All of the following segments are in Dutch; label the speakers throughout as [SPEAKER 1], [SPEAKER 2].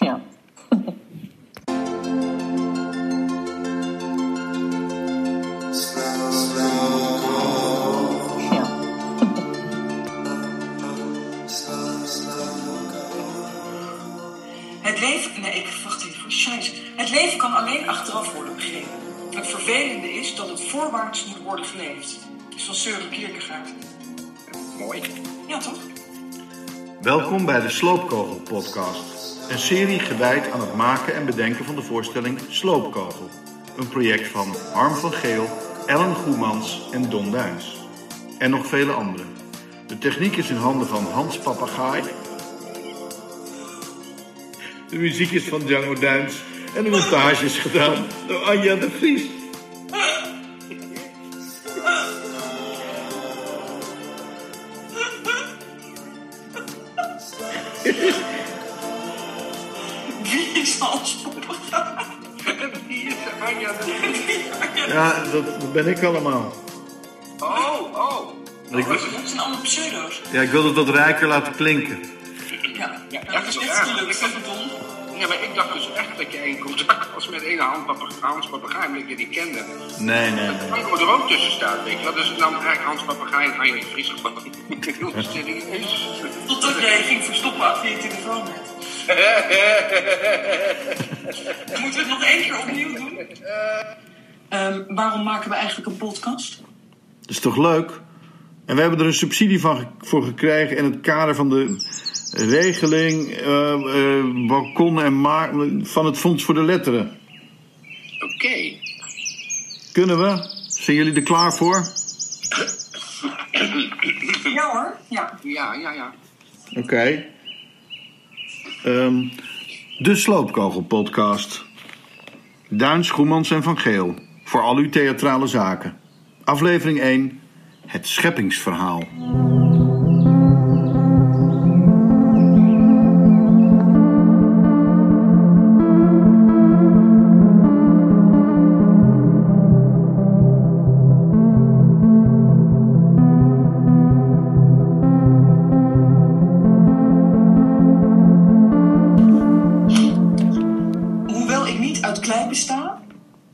[SPEAKER 1] Ja. ja.
[SPEAKER 2] Het leven. Nee, ik wacht even voor scheiße. Het leven kan alleen achteraf worden begrepen. Het vervelende is dat het voorwaarts moet worden geleefd. Dat is van Søren Kierkegaard.
[SPEAKER 3] Mooi.
[SPEAKER 2] Ja, toch?
[SPEAKER 4] Welkom bij de Sloopkogel Podcast. Een serie gewijd aan het maken en bedenken van de voorstelling Sloopkogel. Een project van Harm van Geel, Ellen Goemans en Don Duins. En nog vele anderen. De techniek is in handen van Hans Papagaai. De muziek is van Django Duins. En de montage is gedaan door Anja de Vries.
[SPEAKER 2] Wie is Hans Poppengaai?
[SPEAKER 3] En wie is er? Anja de Vries?
[SPEAKER 4] Ja, dat ben ik allemaal.
[SPEAKER 3] Oh, oh.
[SPEAKER 4] Ik, wil-
[SPEAKER 2] Dat zijn allemaal pseudo's.
[SPEAKER 4] ja, ik wilde het wat rijker laten klinken.
[SPEAKER 2] Ja,
[SPEAKER 3] Ja,
[SPEAKER 2] dat is
[SPEAKER 3] ja,
[SPEAKER 2] echt
[SPEAKER 3] ja.
[SPEAKER 2] gelukt. Dat is dom.
[SPEAKER 3] Ja, maar ik dacht dus echt dat je in contact was met een hand papa- Hans Papagaai, omdat je die kende.
[SPEAKER 4] Nee, nee, nee.
[SPEAKER 3] Franco er ook tussen staat, weet je wel. Dus dan krijg ik Hans Papagaai en Anja de Vries gewoon. Heel serieus.
[SPEAKER 2] Totdat jij ging verstoppen achter je telefoon net. Moeten we het nog één keer opnieuw doen? Ehm, waarom maken we eigenlijk een podcast?
[SPEAKER 4] Dat is toch leuk? En we hebben er een subsidie van, ge- voor gekregen in het kader van de regeling eh, eh, balkon en ma- van het Fonds voor de Letteren.
[SPEAKER 3] Oké.
[SPEAKER 4] Kunnen we? Zijn jullie er klaar voor?
[SPEAKER 2] Ja hoor, ja.
[SPEAKER 3] Ja, ja, ja.
[SPEAKER 4] Oké. Ehm, de Sloopkogel Podcast. Duins, Goemans en Van Geel. Voor al uw theatrale zaken. Aflevering 1. Het scheppingsverhaal.
[SPEAKER 2] Hoewel ik niet uit klei besta,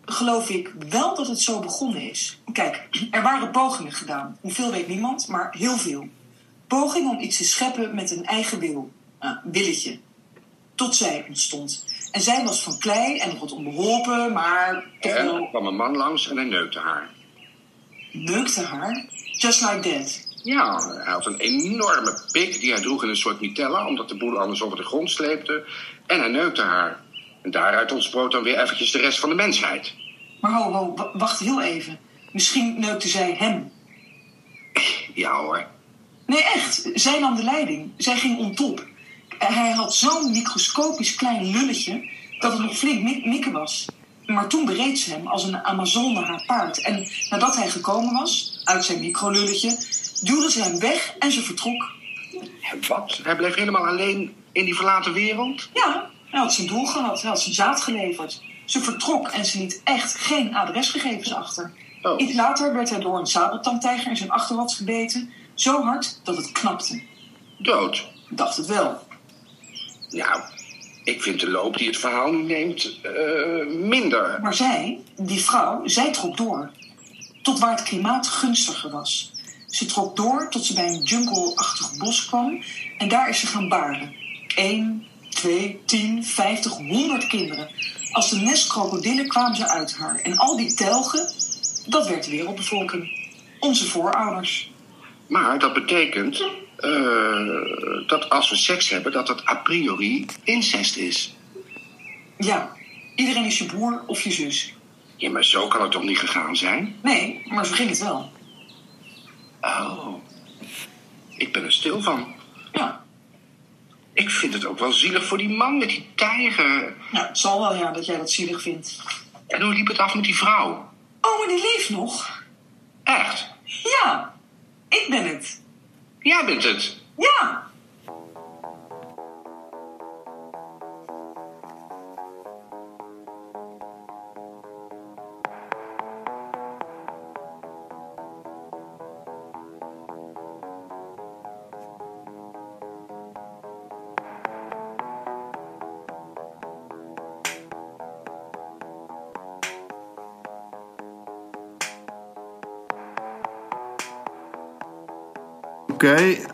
[SPEAKER 2] geloof ik wel dat het zo begonnen is. Kijk, er waren pogingen gedaan. Hoeveel weet niemand, maar heel veel. Pogingen om iets te scheppen met een eigen wil. Ah, willetje. Tot zij ontstond. En zij was van klei en nog wat onbeholpen, maar toch
[SPEAKER 3] En er
[SPEAKER 2] wel
[SPEAKER 3] kwam een man langs en hij neukte haar.
[SPEAKER 2] neukte haar. Just like that.
[SPEAKER 3] Ja, hij had een enorme pik die hij droeg in een soort mitella, omdat de boel anders over de grond sleepte. En hij neukte haar. En daaruit ontsproot dan weer eventjes de rest van de mensheid.
[SPEAKER 2] Maar ho, ho, wa- wacht heel even. Misschien neukte zij hem.
[SPEAKER 3] Ja hoor.
[SPEAKER 2] Nee, echt. Zij nam de leiding. Zij ging on top. En Hij had zo'n microscopisch klein lulletje dat het nog flink mik- mikken was. Maar toen bereed ze hem als een Amazone haar paard. En nadat hij gekomen was, uit zijn microlulletje, duwde ze hem weg en ze vertrok.
[SPEAKER 3] En wat? Hij bleef helemaal alleen in die verlaten wereld?
[SPEAKER 2] Ja, hij had zijn doel gehad. Hij had zijn zaad geleverd. Ze vertrok en ze liet echt geen adresgegevens achter.
[SPEAKER 3] Oh.
[SPEAKER 2] Iets later werd hij door een sabeltandtijger in zijn achterhoofd gebeten. Zo hard dat het knapte.
[SPEAKER 3] Dood.
[SPEAKER 2] Dacht het wel.
[SPEAKER 3] Nou, ik vind de loop die het verhaal nu neemt eh, minder.
[SPEAKER 2] Maar zij, die vrouw, zij trok door. Tot waar het klimaat gunstiger was. Ze trok door tot ze bij een jungleachtig bos kwam. En daar is ze gaan baren. Eén, twee, tien, vijftig, honderd kinderen. Als de nestkrokodillen kwamen ze uit haar. En al die telgen, dat werd de wereldbevolking. Onze voorouders.
[SPEAKER 3] Maar dat betekent eh, dat als we seks hebben, dat dat a priori incest is.
[SPEAKER 2] Ja, iedereen is je broer of je zus.
[SPEAKER 3] Ja, maar zo kan het toch niet gegaan zijn?
[SPEAKER 2] Nee, maar zo ging het wel.
[SPEAKER 3] Oh, ik ben er stil van.
[SPEAKER 2] Ja,
[SPEAKER 3] Ik vind het ook wel zielig voor die man met die tijger.
[SPEAKER 2] nou, het zal wel ja dat jij dat zielig vindt.
[SPEAKER 3] En hoe liep het af met die vrouw?
[SPEAKER 2] Oh, maar die leeft nog.
[SPEAKER 3] Echt?
[SPEAKER 2] Ja, ik ben het.
[SPEAKER 3] Jij bent het.
[SPEAKER 2] Ja.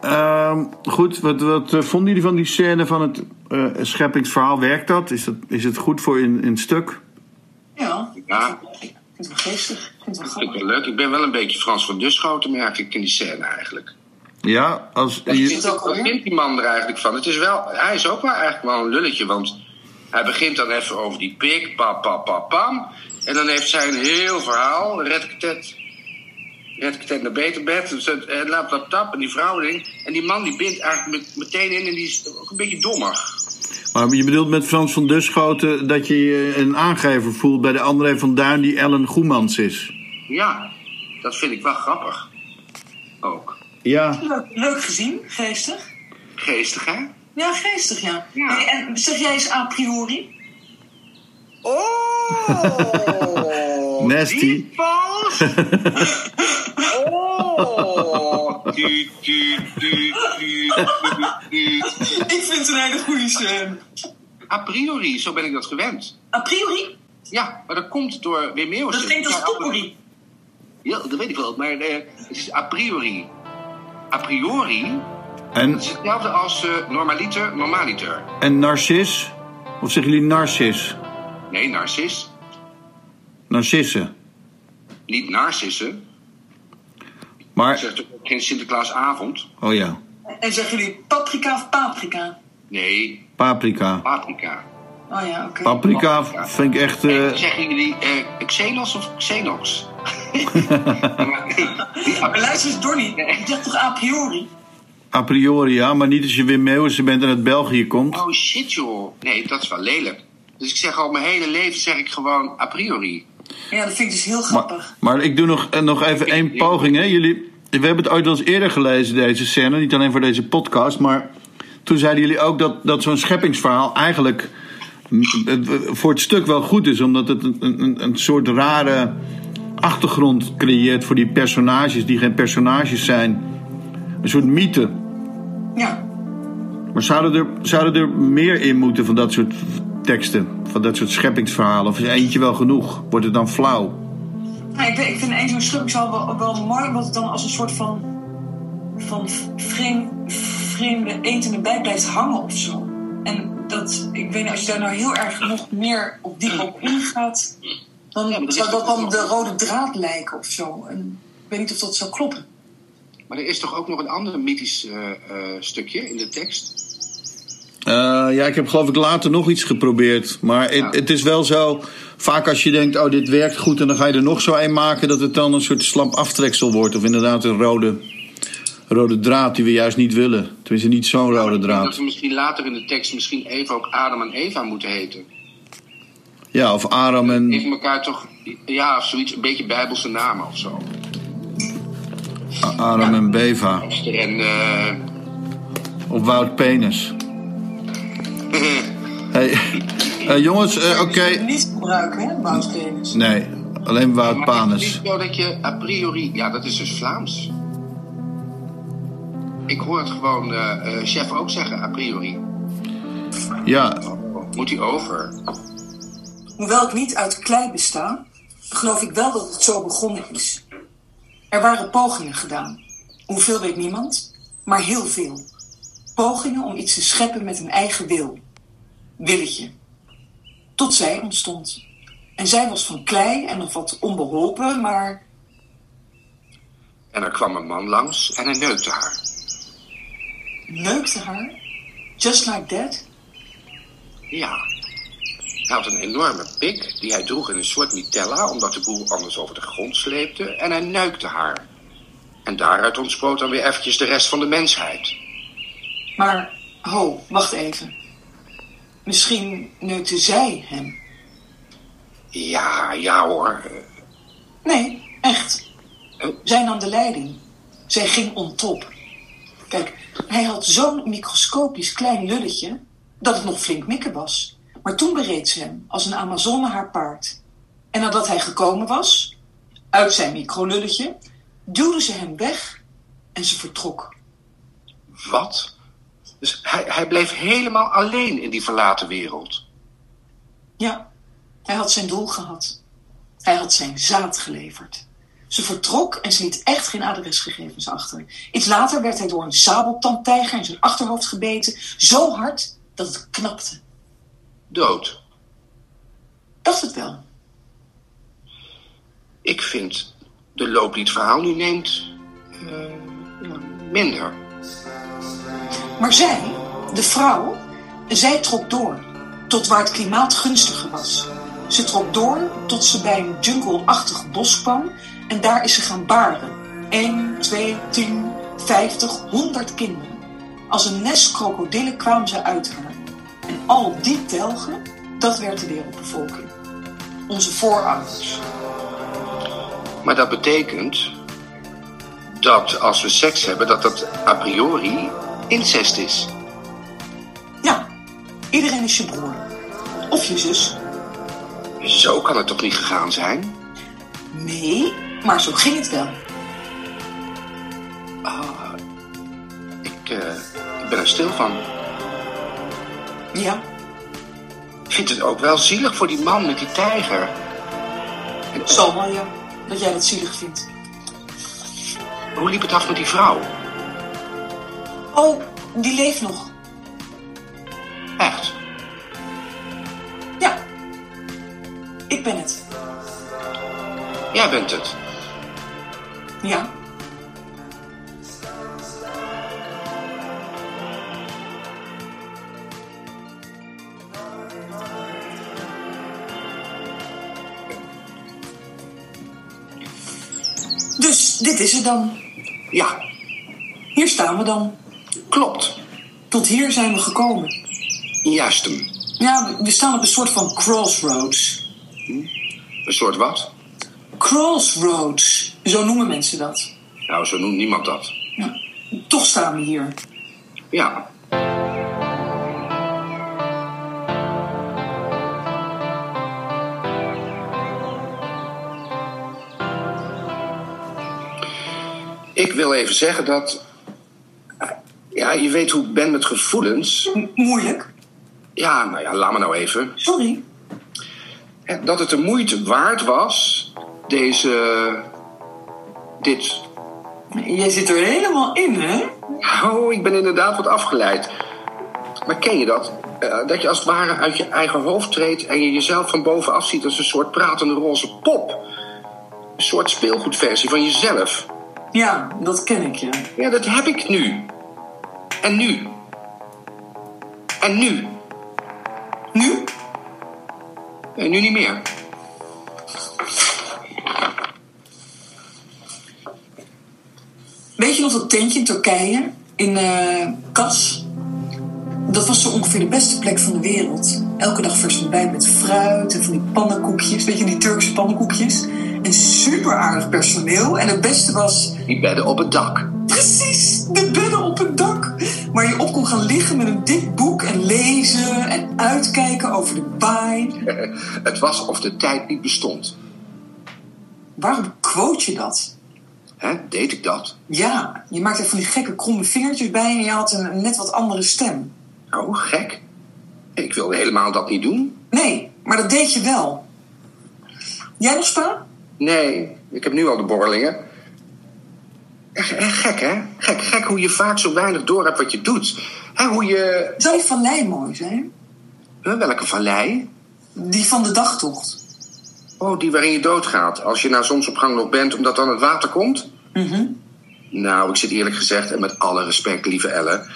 [SPEAKER 4] ehm, goed. Wat, wat eh, vonden jullie van die scène van het eh, scheppingsverhaal? Werkt dat? Is, dat, is het goed voor in, in het stuk?
[SPEAKER 2] Ja,
[SPEAKER 3] Ja.
[SPEAKER 2] ik vind het wel geestig. Ik vind het wel
[SPEAKER 3] Ik vind
[SPEAKER 2] grappig.
[SPEAKER 3] het leuk. Ik ben wel een beetje Frans van Duschoten, merk ik in die scène eigenlijk.
[SPEAKER 4] Ja, als...
[SPEAKER 3] Wat
[SPEAKER 4] je-
[SPEAKER 3] vindt, wat vindt die man er eigenlijk van? Het is wel, hij is ook wel eigenlijk wel een lulletje, want hij begint dan even over die pik, pam, pam, pam, pam. En dan heeft zij een heel verhaal, redketet, redketet naar beter bed, dus het- en lap, lap, tap, en die vrouw erin. En die man die bindt eigenlijk met- meteen in en die is ook een beetje dommig.
[SPEAKER 4] Maar je bedoelt met Frans van Duschoten dat je je een aangever voelt bij de André van Duin die Ellen Goemans is.
[SPEAKER 3] Ja, dat vind ik wel grappig. Ook.
[SPEAKER 4] Ja.
[SPEAKER 2] Leuk, leuk gezien, geestig.
[SPEAKER 3] Geestig, hè?
[SPEAKER 2] Ja, geestig, ja.
[SPEAKER 3] Ja.
[SPEAKER 2] Hey, en zeg jij eens a priori?
[SPEAKER 3] Oh!
[SPEAKER 4] Nasty.
[SPEAKER 3] Die vals! Oh! Tuut, tuut, tuut, tuut, tuut, tuut.
[SPEAKER 2] ik vind het een hele goede scène.
[SPEAKER 3] A priori, zo ben ik dat gewend.
[SPEAKER 2] A priori?
[SPEAKER 3] Ja, maar dat komt door Wim Meeuwis.
[SPEAKER 2] Dat klinkt als potpourri.
[SPEAKER 3] Ja, dat weet ik wel, maar eh, het is a priori. A priori
[SPEAKER 4] En,
[SPEAKER 3] dat is hetzelfde als eh, normaliter, normaliter.
[SPEAKER 4] en narcis? Of zeggen jullie narcis?
[SPEAKER 3] Nee, narcis.
[SPEAKER 4] Narcissen.
[SPEAKER 3] Niet narcissen.
[SPEAKER 4] Maar,
[SPEAKER 3] Zegt ook geen Sinterklaasavond.
[SPEAKER 4] oh ja,
[SPEAKER 2] En zeggen jullie paprika of paprika?
[SPEAKER 3] Nee,
[SPEAKER 4] paprika.
[SPEAKER 3] paprika.
[SPEAKER 2] Oh ja, oké.
[SPEAKER 4] Paprika vind ik echt...
[SPEAKER 3] Zeg
[SPEAKER 4] eh,
[SPEAKER 3] Zeggen jullie eh Xenos of Xenox?
[SPEAKER 2] Maar luister eens, Donnie. Ik dacht toch a priori?
[SPEAKER 4] a priori ja, maar niet als je Wim Meeuwissen bent en uit België komt.
[SPEAKER 3] oh shit joh. Nee, dat is wel lelijk. Dus ik zeg al mijn hele leven zeg ik gewoon a priori.
[SPEAKER 2] Ja, dat vind ik dus heel
[SPEAKER 4] Maar,
[SPEAKER 2] grappig.
[SPEAKER 4] maar ik doe nog, eh, nog even één poging. Hè. Jullie, we hebben het ooit wel eens eerder gelezen, deze scène. Niet alleen voor deze podcast, maar toen zeiden jullie ook dat, dat zo'n scheppingsverhaal eigenlijk mm, eh, voor het stuk wel goed is. Omdat het een, een, een- een soort rare achtergrond creëert voor die personages die geen personages zijn. Een soort mythe.
[SPEAKER 2] Ja.
[SPEAKER 4] Maar zouden er, zouden er meer in moeten van dat soort teksten? Van dat soort scheppingsverhalen? Of is eentje wel genoeg? Wordt het dan flauw?
[SPEAKER 2] Ja, ik, weet- ik vind één zo'n schubbingshaal wel, wel mooi, omdat het dan als een soort van, van vreemde, vreemde etende bij blijft hangen of zo. En dat, ik weet niet, als je daar nou heel erg nog meer op diep op ingaat, dan
[SPEAKER 3] maar dat
[SPEAKER 2] zou
[SPEAKER 3] is
[SPEAKER 2] dat
[SPEAKER 3] toch
[SPEAKER 2] dan
[SPEAKER 3] ook
[SPEAKER 2] de
[SPEAKER 3] nog-
[SPEAKER 2] rode draad lijken of zo. En ik weet niet of dat zou kloppen.
[SPEAKER 3] Maar er is toch ook nog een ander mythisch eh, eh, stukje in de tekst?
[SPEAKER 4] Eh, ja, ik heb geloof ik later nog iets geprobeerd. Maar het,
[SPEAKER 3] Ja.
[SPEAKER 4] het is wel zo, vaak als je denkt, oh dit werkt goed en dan ga je er nog zo een maken, dat het dan een soort slap aftreksel wordt. Of inderdaad een rode, rode draad die we juist niet willen. Tenminste, niet zo'n rode
[SPEAKER 3] Dat
[SPEAKER 4] draad.
[SPEAKER 3] we misschien later in de tekst misschien even ook Adam en Eva moeten heten.
[SPEAKER 4] Ja, of Aram en...
[SPEAKER 3] Even elkaar toch, ja, of zoiets, een beetje bijbelse namen of zo.
[SPEAKER 4] Aram en Beva.
[SPEAKER 3] En eh,
[SPEAKER 4] Of Wout Penis. Hey, eh, jongens, eh, oké.
[SPEAKER 2] Niet gebruiken, hè, Bouwstenis.
[SPEAKER 4] Nee, alleen Wout
[SPEAKER 3] Maar het
[SPEAKER 4] Panis.
[SPEAKER 3] is zo dat je a priori... Ja, dat is dus Vlaams. Ik hoor het gewoon eh, eh, chef ook zeggen, a priori.
[SPEAKER 4] Ja,
[SPEAKER 3] Moet hij over?
[SPEAKER 2] Hoewel ik niet uit klei besta, geloof ik wel dat het zo begonnen is. Er waren pogingen gedaan. Hoeveel weet niemand, maar heel veel. Pogingen om iets te scheppen met een eigen wil. Willetje. Tot zij ontstond. En zij was van klei en nog wat onbeholpen, maar
[SPEAKER 3] En er kwam een man langs en hij neukte haar.
[SPEAKER 2] neukte haar. Just like that.
[SPEAKER 3] Ja. Hij had een enorme pik die hij droeg in een soort mitella... omdat de boel anders over de grond sleepte. En hij neukte haar. En daaruit ontsproot dan weer eventjes de rest van de mensheid.
[SPEAKER 2] Maar, ho, wacht even. Misschien neukte zij hem.
[SPEAKER 3] Ja, ja hoor. Eh,
[SPEAKER 2] Nee, echt. Zij nam de leiding. Zij ging on top. Kijk, hij had zo'n microscopisch klein lulletje dat het nog flink mikken was. Maar toen bereed ze hem als een Amazone haar paard. En nadat hij gekomen was, uit zijn microlulletje, duwde ze hem weg en ze vertrok.
[SPEAKER 3] Wat? Dus hij, hij bleef helemaal alleen in die verlaten wereld.
[SPEAKER 2] Ja, hij had zijn doel gehad. Hij had zijn zaad geleverd. Ze vertrok en ze liet echt geen adresgegevens achter. Iets later werd hij door een sabeltandtijger in zijn achterhoofd gebeten, zo hard dat het knapte.
[SPEAKER 3] Dood.
[SPEAKER 2] Dacht het wel.
[SPEAKER 3] Ik vind de loop die het verhaal nu neemt eh, ja, minder.
[SPEAKER 2] Maar zij, de vrouw, zij trok door tot waar het klimaat gunstiger was. Ze trok door tot ze bij een jungleachtig bos kwam en daar is ze gaan baren. 1, 2, 10, 50, 100 kinderen. Als een nest krokodillen kwamen ze uit haar. En al die telgen, dat werd de wereldbevolking. Onze voorouders.
[SPEAKER 3] Maar dat betekent dat als we seks hebben, dat dat a priori incest is.
[SPEAKER 2] Ja, iedereen is je broer. Of je zus.
[SPEAKER 3] Zo kan het toch niet gegaan zijn?
[SPEAKER 2] Nee, maar zo ging het wel.
[SPEAKER 3] Ik, eh, ik ben er stil van.
[SPEAKER 2] Ja,
[SPEAKER 3] Ik vind het ook wel zielig voor die man met die tijger. En
[SPEAKER 2] zal wel ja, dat jij dat zielig vindt.
[SPEAKER 3] Hoe liep het af met die vrouw?
[SPEAKER 2] Oh, die leeft nog.
[SPEAKER 3] Echt?
[SPEAKER 2] Ja, ik ben het.
[SPEAKER 3] Jij bent het.
[SPEAKER 2] Ja. Dus dit is het dan.
[SPEAKER 3] Ja,
[SPEAKER 2] Hier staan we dan.
[SPEAKER 3] klopt.
[SPEAKER 2] Tot hier zijn we gekomen.
[SPEAKER 3] Juist hem.
[SPEAKER 2] Ja, we- we staan op een soort van crossroads.
[SPEAKER 3] Een soort wat?
[SPEAKER 2] Crossroads, zo noemen mensen dat.
[SPEAKER 3] Nou, zo noemt niemand dat.
[SPEAKER 2] Ja, toch staan we hier.
[SPEAKER 3] Ja. Ik wil even zeggen dat. Ja, je weet hoe ik ben met gevoelens.
[SPEAKER 2] M- moeilijk.
[SPEAKER 3] Ja, nou ja, laat me nou even.
[SPEAKER 2] Sorry.
[SPEAKER 3] Hè, Dat het de moeite waard was, deze. Dit.
[SPEAKER 2] Jij zit er helemaal in, hè?
[SPEAKER 3] Oh, ik ben inderdaad wat afgeleid. Maar ken je dat? Eh, dat je als het ware uit je eigen hoofd treedt en je jezelf van bovenaf ziet als een soort pratende roze pop. Een soort speelgoedversie van jezelf.
[SPEAKER 2] Ja, dat ken ik, ja.
[SPEAKER 3] Ja, dat heb ik nu. En nu. En nu.
[SPEAKER 2] Nu?
[SPEAKER 3] En nu niet meer.
[SPEAKER 2] Weet je nog dat tentje in Turkije? In eh Kas? Dat was zo ongeveer de beste plek van de wereld. Elke dag vers ontbijt met fruit en van die pannenkoekjes. Weet je, die Turkse pannenkoekjes? En super aardig personeel. En het beste was
[SPEAKER 3] Die bedden op het dak.
[SPEAKER 2] Precies, de bedden op het dak. Waar je op kon gaan liggen met een dik boek en lezen en uitkijken over de baai.
[SPEAKER 3] Het was of de tijd niet bestond.
[SPEAKER 2] Waarom quote je dat?
[SPEAKER 3] Hè, deed ik dat?
[SPEAKER 2] Ja, je maakt er van die gekke kromme vingertjes bij en je had een net wat andere stem.
[SPEAKER 3] Oh, gek. Ik wilde helemaal dat niet doen.
[SPEAKER 2] Nee, maar dat deed je wel. Jij nog, Spa?
[SPEAKER 3] Nee, ik heb nu al de borrelingen. Echt, echt gek, hè? Gek, gek hoe je vaak zo weinig door hebt wat je doet. Hè, hoe je...
[SPEAKER 2] Zou die van Lijn mooi zijn?
[SPEAKER 3] Huh, welke vallei?
[SPEAKER 2] Die van de dagtocht.
[SPEAKER 3] Oh, die waarin je doodgaat. Als je nou na zonsopgang nog bent, omdat dan het water komt? Nou, ik zit eerlijk gezegd, en met alle respect, lieve Ellen...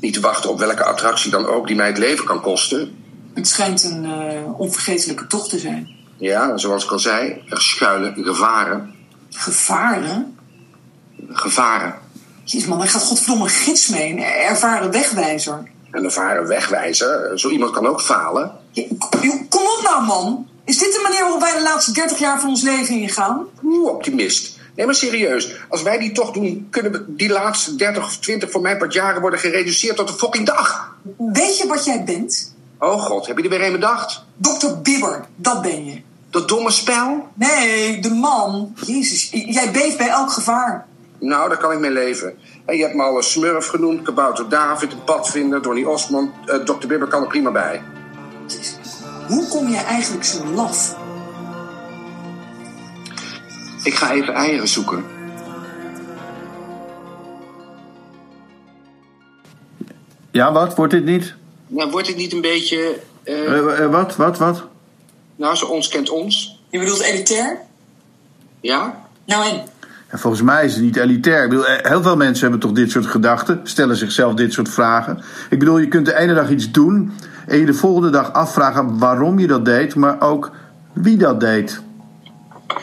[SPEAKER 3] niet te wachten op welke attractie dan ook die mij het leven kan kosten.
[SPEAKER 2] Het schijnt een eh, onvergetelijke tocht te zijn.
[SPEAKER 3] Ja, zoals ik al zei, er schuilen gevaren.
[SPEAKER 2] Gevaren?
[SPEAKER 3] Gevaren.
[SPEAKER 2] Jezus man, daar gaat godverdomme een gids mee. Een ervaren wegwijzer.
[SPEAKER 3] Een ervaren wegwijzer. Zo iemand kan ook falen.
[SPEAKER 2] Ja, k- joh, Kom op nou, man. Is dit de manier waarop wij de laatste 30 jaar van ons leven ingaan?
[SPEAKER 3] Oeh, optimist. Nee, maar serieus. Als wij die toch doen, kunnen we die laatste 30 of 20 voor mij part jaren worden gereduceerd tot een fucking dag.
[SPEAKER 2] Weet je wat jij bent?
[SPEAKER 3] Oh god, heb je er weer een bedacht?
[SPEAKER 2] Dr. Bibber, dat ben je.
[SPEAKER 3] Dat domme spel?
[SPEAKER 2] Nee, de man. Jezus, j- jij beeft bij elk gevaar.
[SPEAKER 3] Nou, daar kan ik mee leven. En je hebt me al een smurf genoemd, Kabouter David, een padvinder, Donny Osmond. Eh, Dr. Bibber kan er prima bij.
[SPEAKER 2] Hoe kom jij eigenlijk zo laf?
[SPEAKER 3] Ik ga even eieren zoeken.
[SPEAKER 4] Ja, wat? Wordt dit niet?
[SPEAKER 3] Nou, wordt dit niet een beetje. eh,
[SPEAKER 4] Eh, eh, wat, wat, wat?
[SPEAKER 3] nou, ze ons kent ons.
[SPEAKER 2] Je bedoelt elitair?
[SPEAKER 3] Ja?
[SPEAKER 2] Nou en?
[SPEAKER 4] En volgens mij is het niet elitair. Ik bedoel, eh, heel veel mensen hebben toch dit soort gedachten, stellen zichzelf dit soort vragen. Ik bedoel, je kunt de ene dag iets doen en je de volgende dag afvragen waarom je dat deed, maar ook wie dat deed.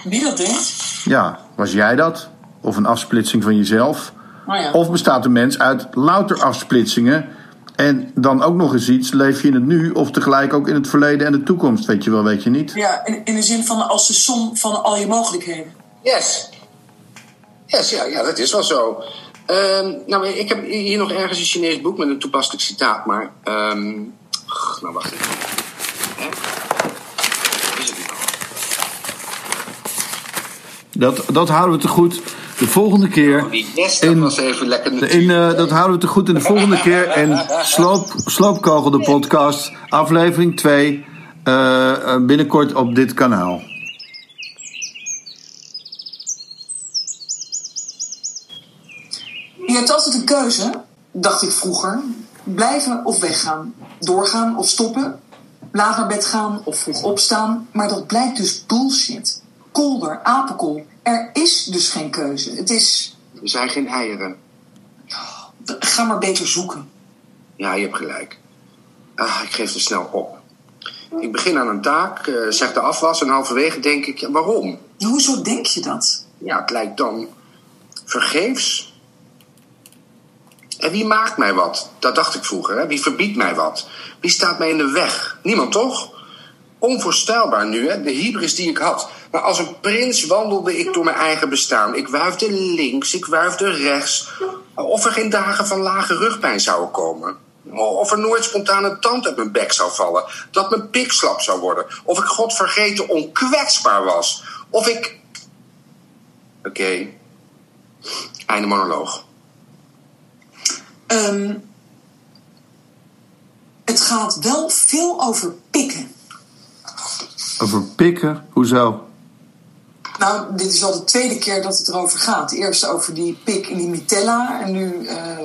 [SPEAKER 2] Wie dat denkt?
[SPEAKER 4] Ja, was jij dat? Of een afsplitsing van jezelf?
[SPEAKER 2] Nou ja.
[SPEAKER 4] Of bestaat de mens uit louter afsplitsingen? En dan ook nog eens iets, leef je in het nu of tegelijk ook in het verleden en de toekomst? Weet je wel, weet je niet?
[SPEAKER 2] Ja, in, in de zin van als de som van al je mogelijkheden.
[SPEAKER 3] Yes. Yes, ja, ja dat is wel zo. Ehm, nou, ik heb hier nog ergens een Chinees boek met een toepasselijk citaat, maar. ehm, g- nou, wacht even. Hè? Is het nou?
[SPEAKER 4] Dat, dat houden we te goed. De volgende keer.
[SPEAKER 3] Oh, Die yes, dat
[SPEAKER 4] In-
[SPEAKER 3] was even lekker.
[SPEAKER 4] In,
[SPEAKER 3] natuurlijk.
[SPEAKER 4] eh, dat houden we te goed in de volgende keer. En sloop, Sloopkogel, de podcast, aflevering 2, eh, eh, binnenkort op dit kanaal.
[SPEAKER 2] Je hebt altijd een keuze, dacht ik vroeger. Blijven of weggaan. Doorgaan of stoppen. Laat naar bed gaan of vroeg opstaan. Maar dat blijkt dus bullshit. Kolder, apenkool. Er is dus geen keuze. Het is...
[SPEAKER 3] Er zijn geen eieren.
[SPEAKER 2] Ga maar beter zoeken.
[SPEAKER 3] Ja, je hebt gelijk. Ah, ik geef er snel op. Ik begin aan een taak, eh, zeg de afwas en halverwege denk ik, ja, waarom?
[SPEAKER 2] Hoezo denk je dat?
[SPEAKER 3] Ja, het lijkt dan vergeefs. En wie maakt mij wat? Dat dacht ik vroeger. Hè? Wie verbiedt mij wat? Wie staat mij in de weg? Niemand toch? Onvoorstelbaar nu, hè? de hybris die ik had. Maar als een prins wandelde ik door mijn eigen bestaan. Ik wuifde links, ik wuifde rechts. Of er geen dagen van lage rugpijn zouden komen. Of er nooit spontaan een tand uit mijn bek zou vallen. Dat mijn pik slap zou worden. Of ik godvergeten onkwetsbaar was. Of ik Oké. Einde monoloog.
[SPEAKER 2] Ehm, het gaat wel veel over pikken.
[SPEAKER 4] Over pikken, hoezo?
[SPEAKER 2] Nou, dit is al de tweede keer dat het erover gaat. Eerst over die pik in die mitella en nu... eh,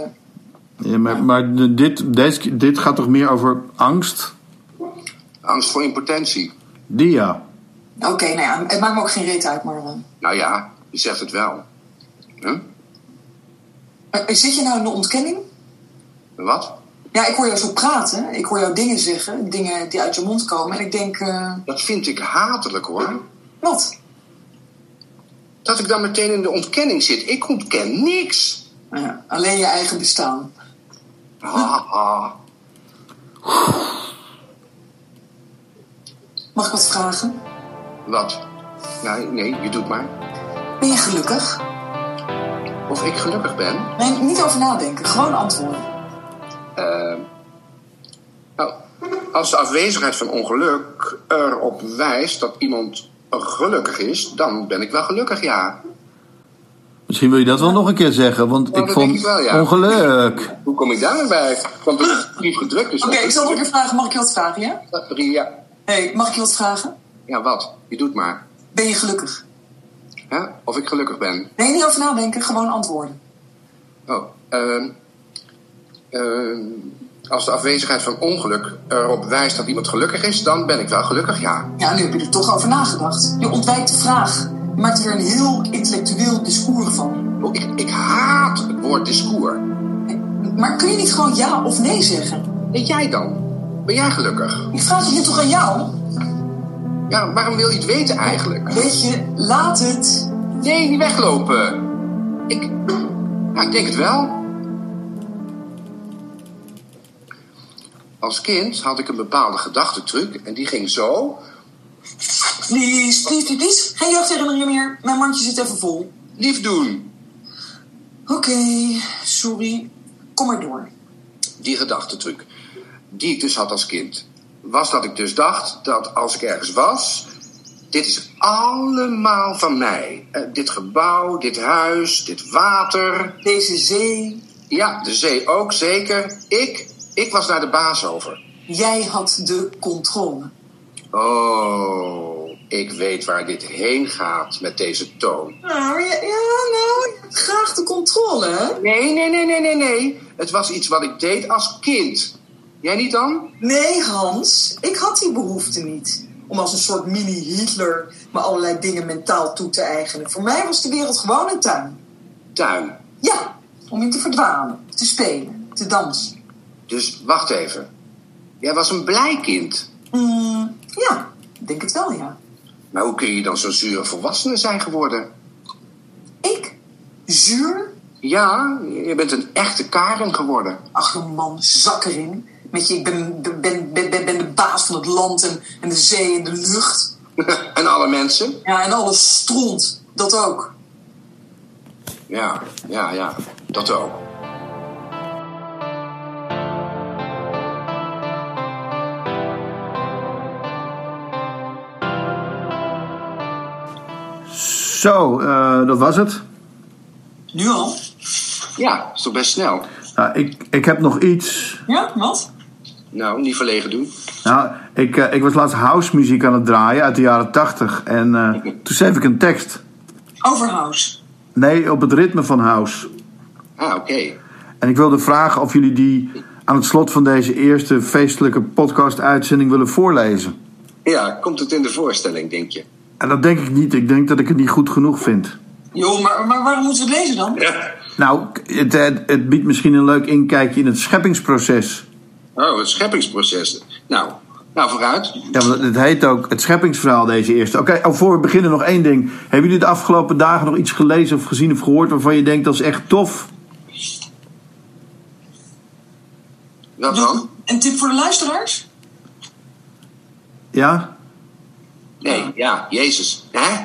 [SPEAKER 4] Ja, maar maar de- dit, deze- dit gaat toch meer over angst?
[SPEAKER 3] Angst voor impotentie.
[SPEAKER 4] Dia.
[SPEAKER 2] Oké, nou ja, het maakt me ook geen reet uit, Marlon.
[SPEAKER 3] Nou ja, je zegt het wel. Huh?
[SPEAKER 2] Maar Zit je nou in de ontkenning?
[SPEAKER 3] Wat?
[SPEAKER 2] Ja, ik hoor jou zo praten. Ik hoor jou dingen zeggen. Dingen die uit je mond komen. En ik denk, eh,
[SPEAKER 3] Dat vind ik hatelijk hoor.
[SPEAKER 2] wat?
[SPEAKER 3] Dat ik dan meteen in de ontkenning zit. Ik ontken niks.
[SPEAKER 2] Nou ja, alleen je eigen bestaan.
[SPEAKER 3] Ah, ah.
[SPEAKER 2] Mag ik wat vragen?
[SPEAKER 3] Wat? Nee, nee, je doet maar.
[SPEAKER 2] Ben je gelukkig?
[SPEAKER 3] Of ik gelukkig ben.
[SPEAKER 2] Nee, niet over nadenken. Gewoon antwoorden.
[SPEAKER 3] Eh, nou, als de afwezigheid van ongeluk erop wijst dat iemand gelukkig is, dan ben ik wel gelukkig, ja.
[SPEAKER 4] Misschien wil je dat wel nog een keer zeggen, want ik
[SPEAKER 3] dat
[SPEAKER 4] vond
[SPEAKER 3] denk ik wel, ja.
[SPEAKER 4] ongeluk.
[SPEAKER 3] Hoe kom ik daarbij? Want het is brief gedrukt. Dus
[SPEAKER 2] Oké, ik zal nog weer vragen. Mag ik je wat vragen, ja?
[SPEAKER 3] Ja,
[SPEAKER 2] Hé, hey, mag ik je wat vragen?
[SPEAKER 3] Ja, wat? Je doet maar.
[SPEAKER 2] Ben je gelukkig?
[SPEAKER 3] Hè? Of ik gelukkig ben.
[SPEAKER 2] Nee, niet over nadenken. Gewoon antwoorden.
[SPEAKER 3] Oh, ehm, ehm, als de afwezigheid van ongeluk erop wijst dat iemand gelukkig is, dan ben ik wel gelukkig, ja.
[SPEAKER 2] Ja, nu heb je er toch over nagedacht. Je ontwijkt de vraag. Je maakt er weer een heel intellectueel discours van.
[SPEAKER 3] Oh, ik, ik haat het woord discours.
[SPEAKER 2] Maar kun je niet gewoon ja of nee zeggen?
[SPEAKER 3] En jij dan? Ben jij gelukkig?
[SPEAKER 2] Ik vraag het hier toch aan jou?
[SPEAKER 3] Ja, waarom wil je het weten eigenlijk?
[SPEAKER 2] Weet je, laat het.
[SPEAKER 3] Nee, niet weglopen. Ik, ja, ik denk het wel. Als kind had ik een bepaalde gedachtentruc en die ging zo.
[SPEAKER 2] Please, please, please, please. Geen jeugdherinneringen meer. Mijn mandje zit even vol.
[SPEAKER 3] Lief doen.
[SPEAKER 2] Oké, sorry. Kom maar door.
[SPEAKER 3] die gedachtentruc die ik dus had als kind, was dat ik dus dacht dat als ik ergens was, dit is allemaal van mij. Eh, dit gebouw, dit huis, dit water.
[SPEAKER 2] Deze zee.
[SPEAKER 3] Ja, de zee ook zeker. Ik, ik was daar de baas over.
[SPEAKER 2] Jij had de controle.
[SPEAKER 3] Oh, ik weet waar dit heen gaat met deze toon.
[SPEAKER 2] Nou, ja, ja, nou, je hebt graag de controle, hè?
[SPEAKER 3] Nee, nee, nee, nee, nee, nee. Het was iets wat ik deed als kind. Jij niet dan?
[SPEAKER 2] Nee, Hans, ik had die behoefte niet. Om als een soort mini-Hitler me allerlei dingen mentaal toe te eigenen. Voor mij was de wereld gewoon een tuin.
[SPEAKER 3] Tuin.
[SPEAKER 2] Ja, om in te verdwalen, te spelen, te dansen.
[SPEAKER 3] Dus wacht even. Jij was een blij kind.
[SPEAKER 2] Mm, ja, ik denk het wel, ja.
[SPEAKER 3] Maar hoe kun je dan zo'n zure volwassene zijn geworden?
[SPEAKER 2] Ik? Zuur?
[SPEAKER 3] Ja, je bent een echte Karen geworden.
[SPEAKER 2] Ach, joh, man, zak erin. Met je, ik ben, ben, ben, ben, ben de baas van het land en, en de zee en de lucht.
[SPEAKER 3] en alle mensen?
[SPEAKER 2] Ja, en alles stront. Dat ook.
[SPEAKER 3] Ja, ja, ja. Dat ook.
[SPEAKER 4] Zo, eh, dat was het.
[SPEAKER 2] Nu al?
[SPEAKER 3] Ja, is toch best snel.
[SPEAKER 4] Nou, ik, ik heb nog iets.
[SPEAKER 2] Ja, wat?
[SPEAKER 3] Nou, niet verlegen doen.
[SPEAKER 4] Nou, ik, eh, ik was laatst house muziek aan het draaien uit de jaren 80. En eh, toen schreef ik een tekst.
[SPEAKER 5] Overhouse.
[SPEAKER 4] Nee, op het ritme van house.
[SPEAKER 3] Ah, oké.
[SPEAKER 4] En ik wilde vragen of jullie die aan het slot van deze eerste feestelijke podcast-uitzending willen voorlezen.
[SPEAKER 3] Ja, komt het in de voorstelling, denk je?
[SPEAKER 4] En dat denk ik niet. Ik denk dat ik het niet goed genoeg vind.
[SPEAKER 5] Joh, maar, maar waarom moeten we het lezen dan?
[SPEAKER 3] Ja.
[SPEAKER 4] Nou, k- het, het, het biedt misschien een leuk inkijkje in het scheppingsproces.
[SPEAKER 3] Oh, het scheppingsproces. Nou, nou vooruit.
[SPEAKER 4] Ja, want het heet ook het scheppingsverhaal deze eerste. Oké, oh, voor we beginnen nog één ding. Hebben jullie de afgelopen dagen nog iets gelezen of gezien of gehoord waarvan je denkt dat is echt tof?
[SPEAKER 3] Wat dan?
[SPEAKER 5] Een tip voor de luisteraars?
[SPEAKER 4] Ja?
[SPEAKER 3] Nee, ja, Jezus. Hè?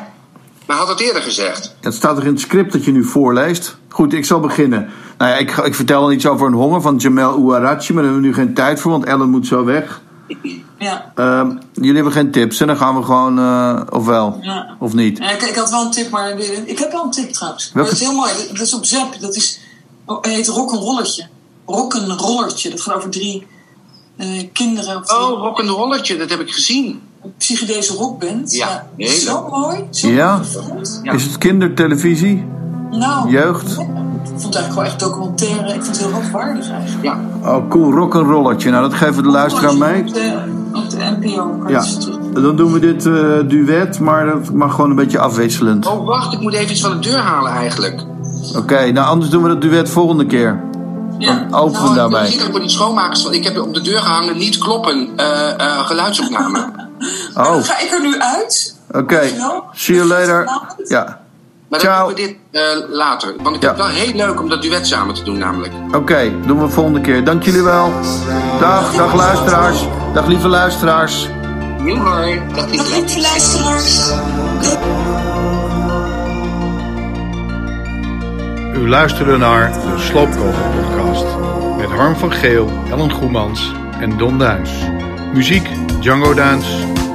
[SPEAKER 3] Maar had het eerder gezegd?
[SPEAKER 4] Het staat toch in het script dat je nu voorleest? Goed, ik zal beginnen. Nou ja, ik, ga- ik vertel dan iets over een honger van Jamel Ouarachi, maar daar hebben we nu geen tijd voor, want Ellen moet zo weg.
[SPEAKER 5] Ja.
[SPEAKER 4] Ehm, jullie hebben geen tips en dan gaan we gewoon, eh, of wel,
[SPEAKER 5] Ja.
[SPEAKER 4] of niet.
[SPEAKER 5] Ja, ik, ik had wel een tip, maar ik heb wel een tip trouwens. Maar
[SPEAKER 4] Welke
[SPEAKER 5] dat is heel mooi. Dat- Dat is op Zep. Dat is, oh, het heet Rock'n'Rolletje. Rock'n'Rollertje. Dat gaat over drie eh, kinderen. Of drie-
[SPEAKER 3] Oh, rock'n'rolletje, dat heb ik gezien.
[SPEAKER 5] een psychedelische rockband.
[SPEAKER 3] Ja,
[SPEAKER 5] dat is
[SPEAKER 3] heel
[SPEAKER 5] zo mooi. Zo
[SPEAKER 4] Ja.
[SPEAKER 5] interessant.
[SPEAKER 3] Ja.
[SPEAKER 4] Is het kindertelevisie?
[SPEAKER 5] Nou,
[SPEAKER 4] Jeugd?
[SPEAKER 5] Ik vond het eigenlijk wel echt documentaire. Ik vond het heel hoogwaardig eigenlijk. Oh,
[SPEAKER 3] Ja,
[SPEAKER 4] Oh, cool, rock'n'rolletje. Nou, dat geven de luisteraar mee.
[SPEAKER 5] Op de, eh, op de NPO. kan je
[SPEAKER 4] Ja,
[SPEAKER 5] ze terug-
[SPEAKER 4] dan doen we dit eh, duet, maar dat mag gewoon een beetje afwisselend.
[SPEAKER 3] Oh, wacht, ik moet even iets van de deur halen eigenlijk.
[SPEAKER 4] Oké, nou anders doen we dat duet volgende keer.
[SPEAKER 5] Ja.
[SPEAKER 4] Open
[SPEAKER 3] ik ben
[SPEAKER 4] daarbij.
[SPEAKER 3] zielig voor die schoonmakers, want ik heb op de deur gehangen niet kloppen eh, eh, geluidsopname.
[SPEAKER 4] Oh, oké.
[SPEAKER 5] Nou, Ga ik er nu uit?
[SPEAKER 4] See you later. Ja,
[SPEAKER 3] Maar dan
[SPEAKER 4] Ciao.
[SPEAKER 3] doen we dit eh, later. Want ik
[SPEAKER 4] Ja.
[SPEAKER 3] vind het wel heel leuk om dat duet samen te doen namelijk.
[SPEAKER 4] oké, doen we volgende keer. Dank jullie wel. Dag, dag luisteraars. Dag lieve luisteraars.
[SPEAKER 3] Heel mooi. Dat is
[SPEAKER 5] Dag lieve luisteraars.
[SPEAKER 6] U luisterde naar de Sloopkogel-podcast met Harm van Geel, Ellen Goemans en Don Duins. Muziek Django Duins,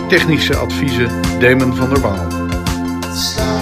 [SPEAKER 6] technische adviezen Damon van der Waal.
[SPEAKER 7] Stop.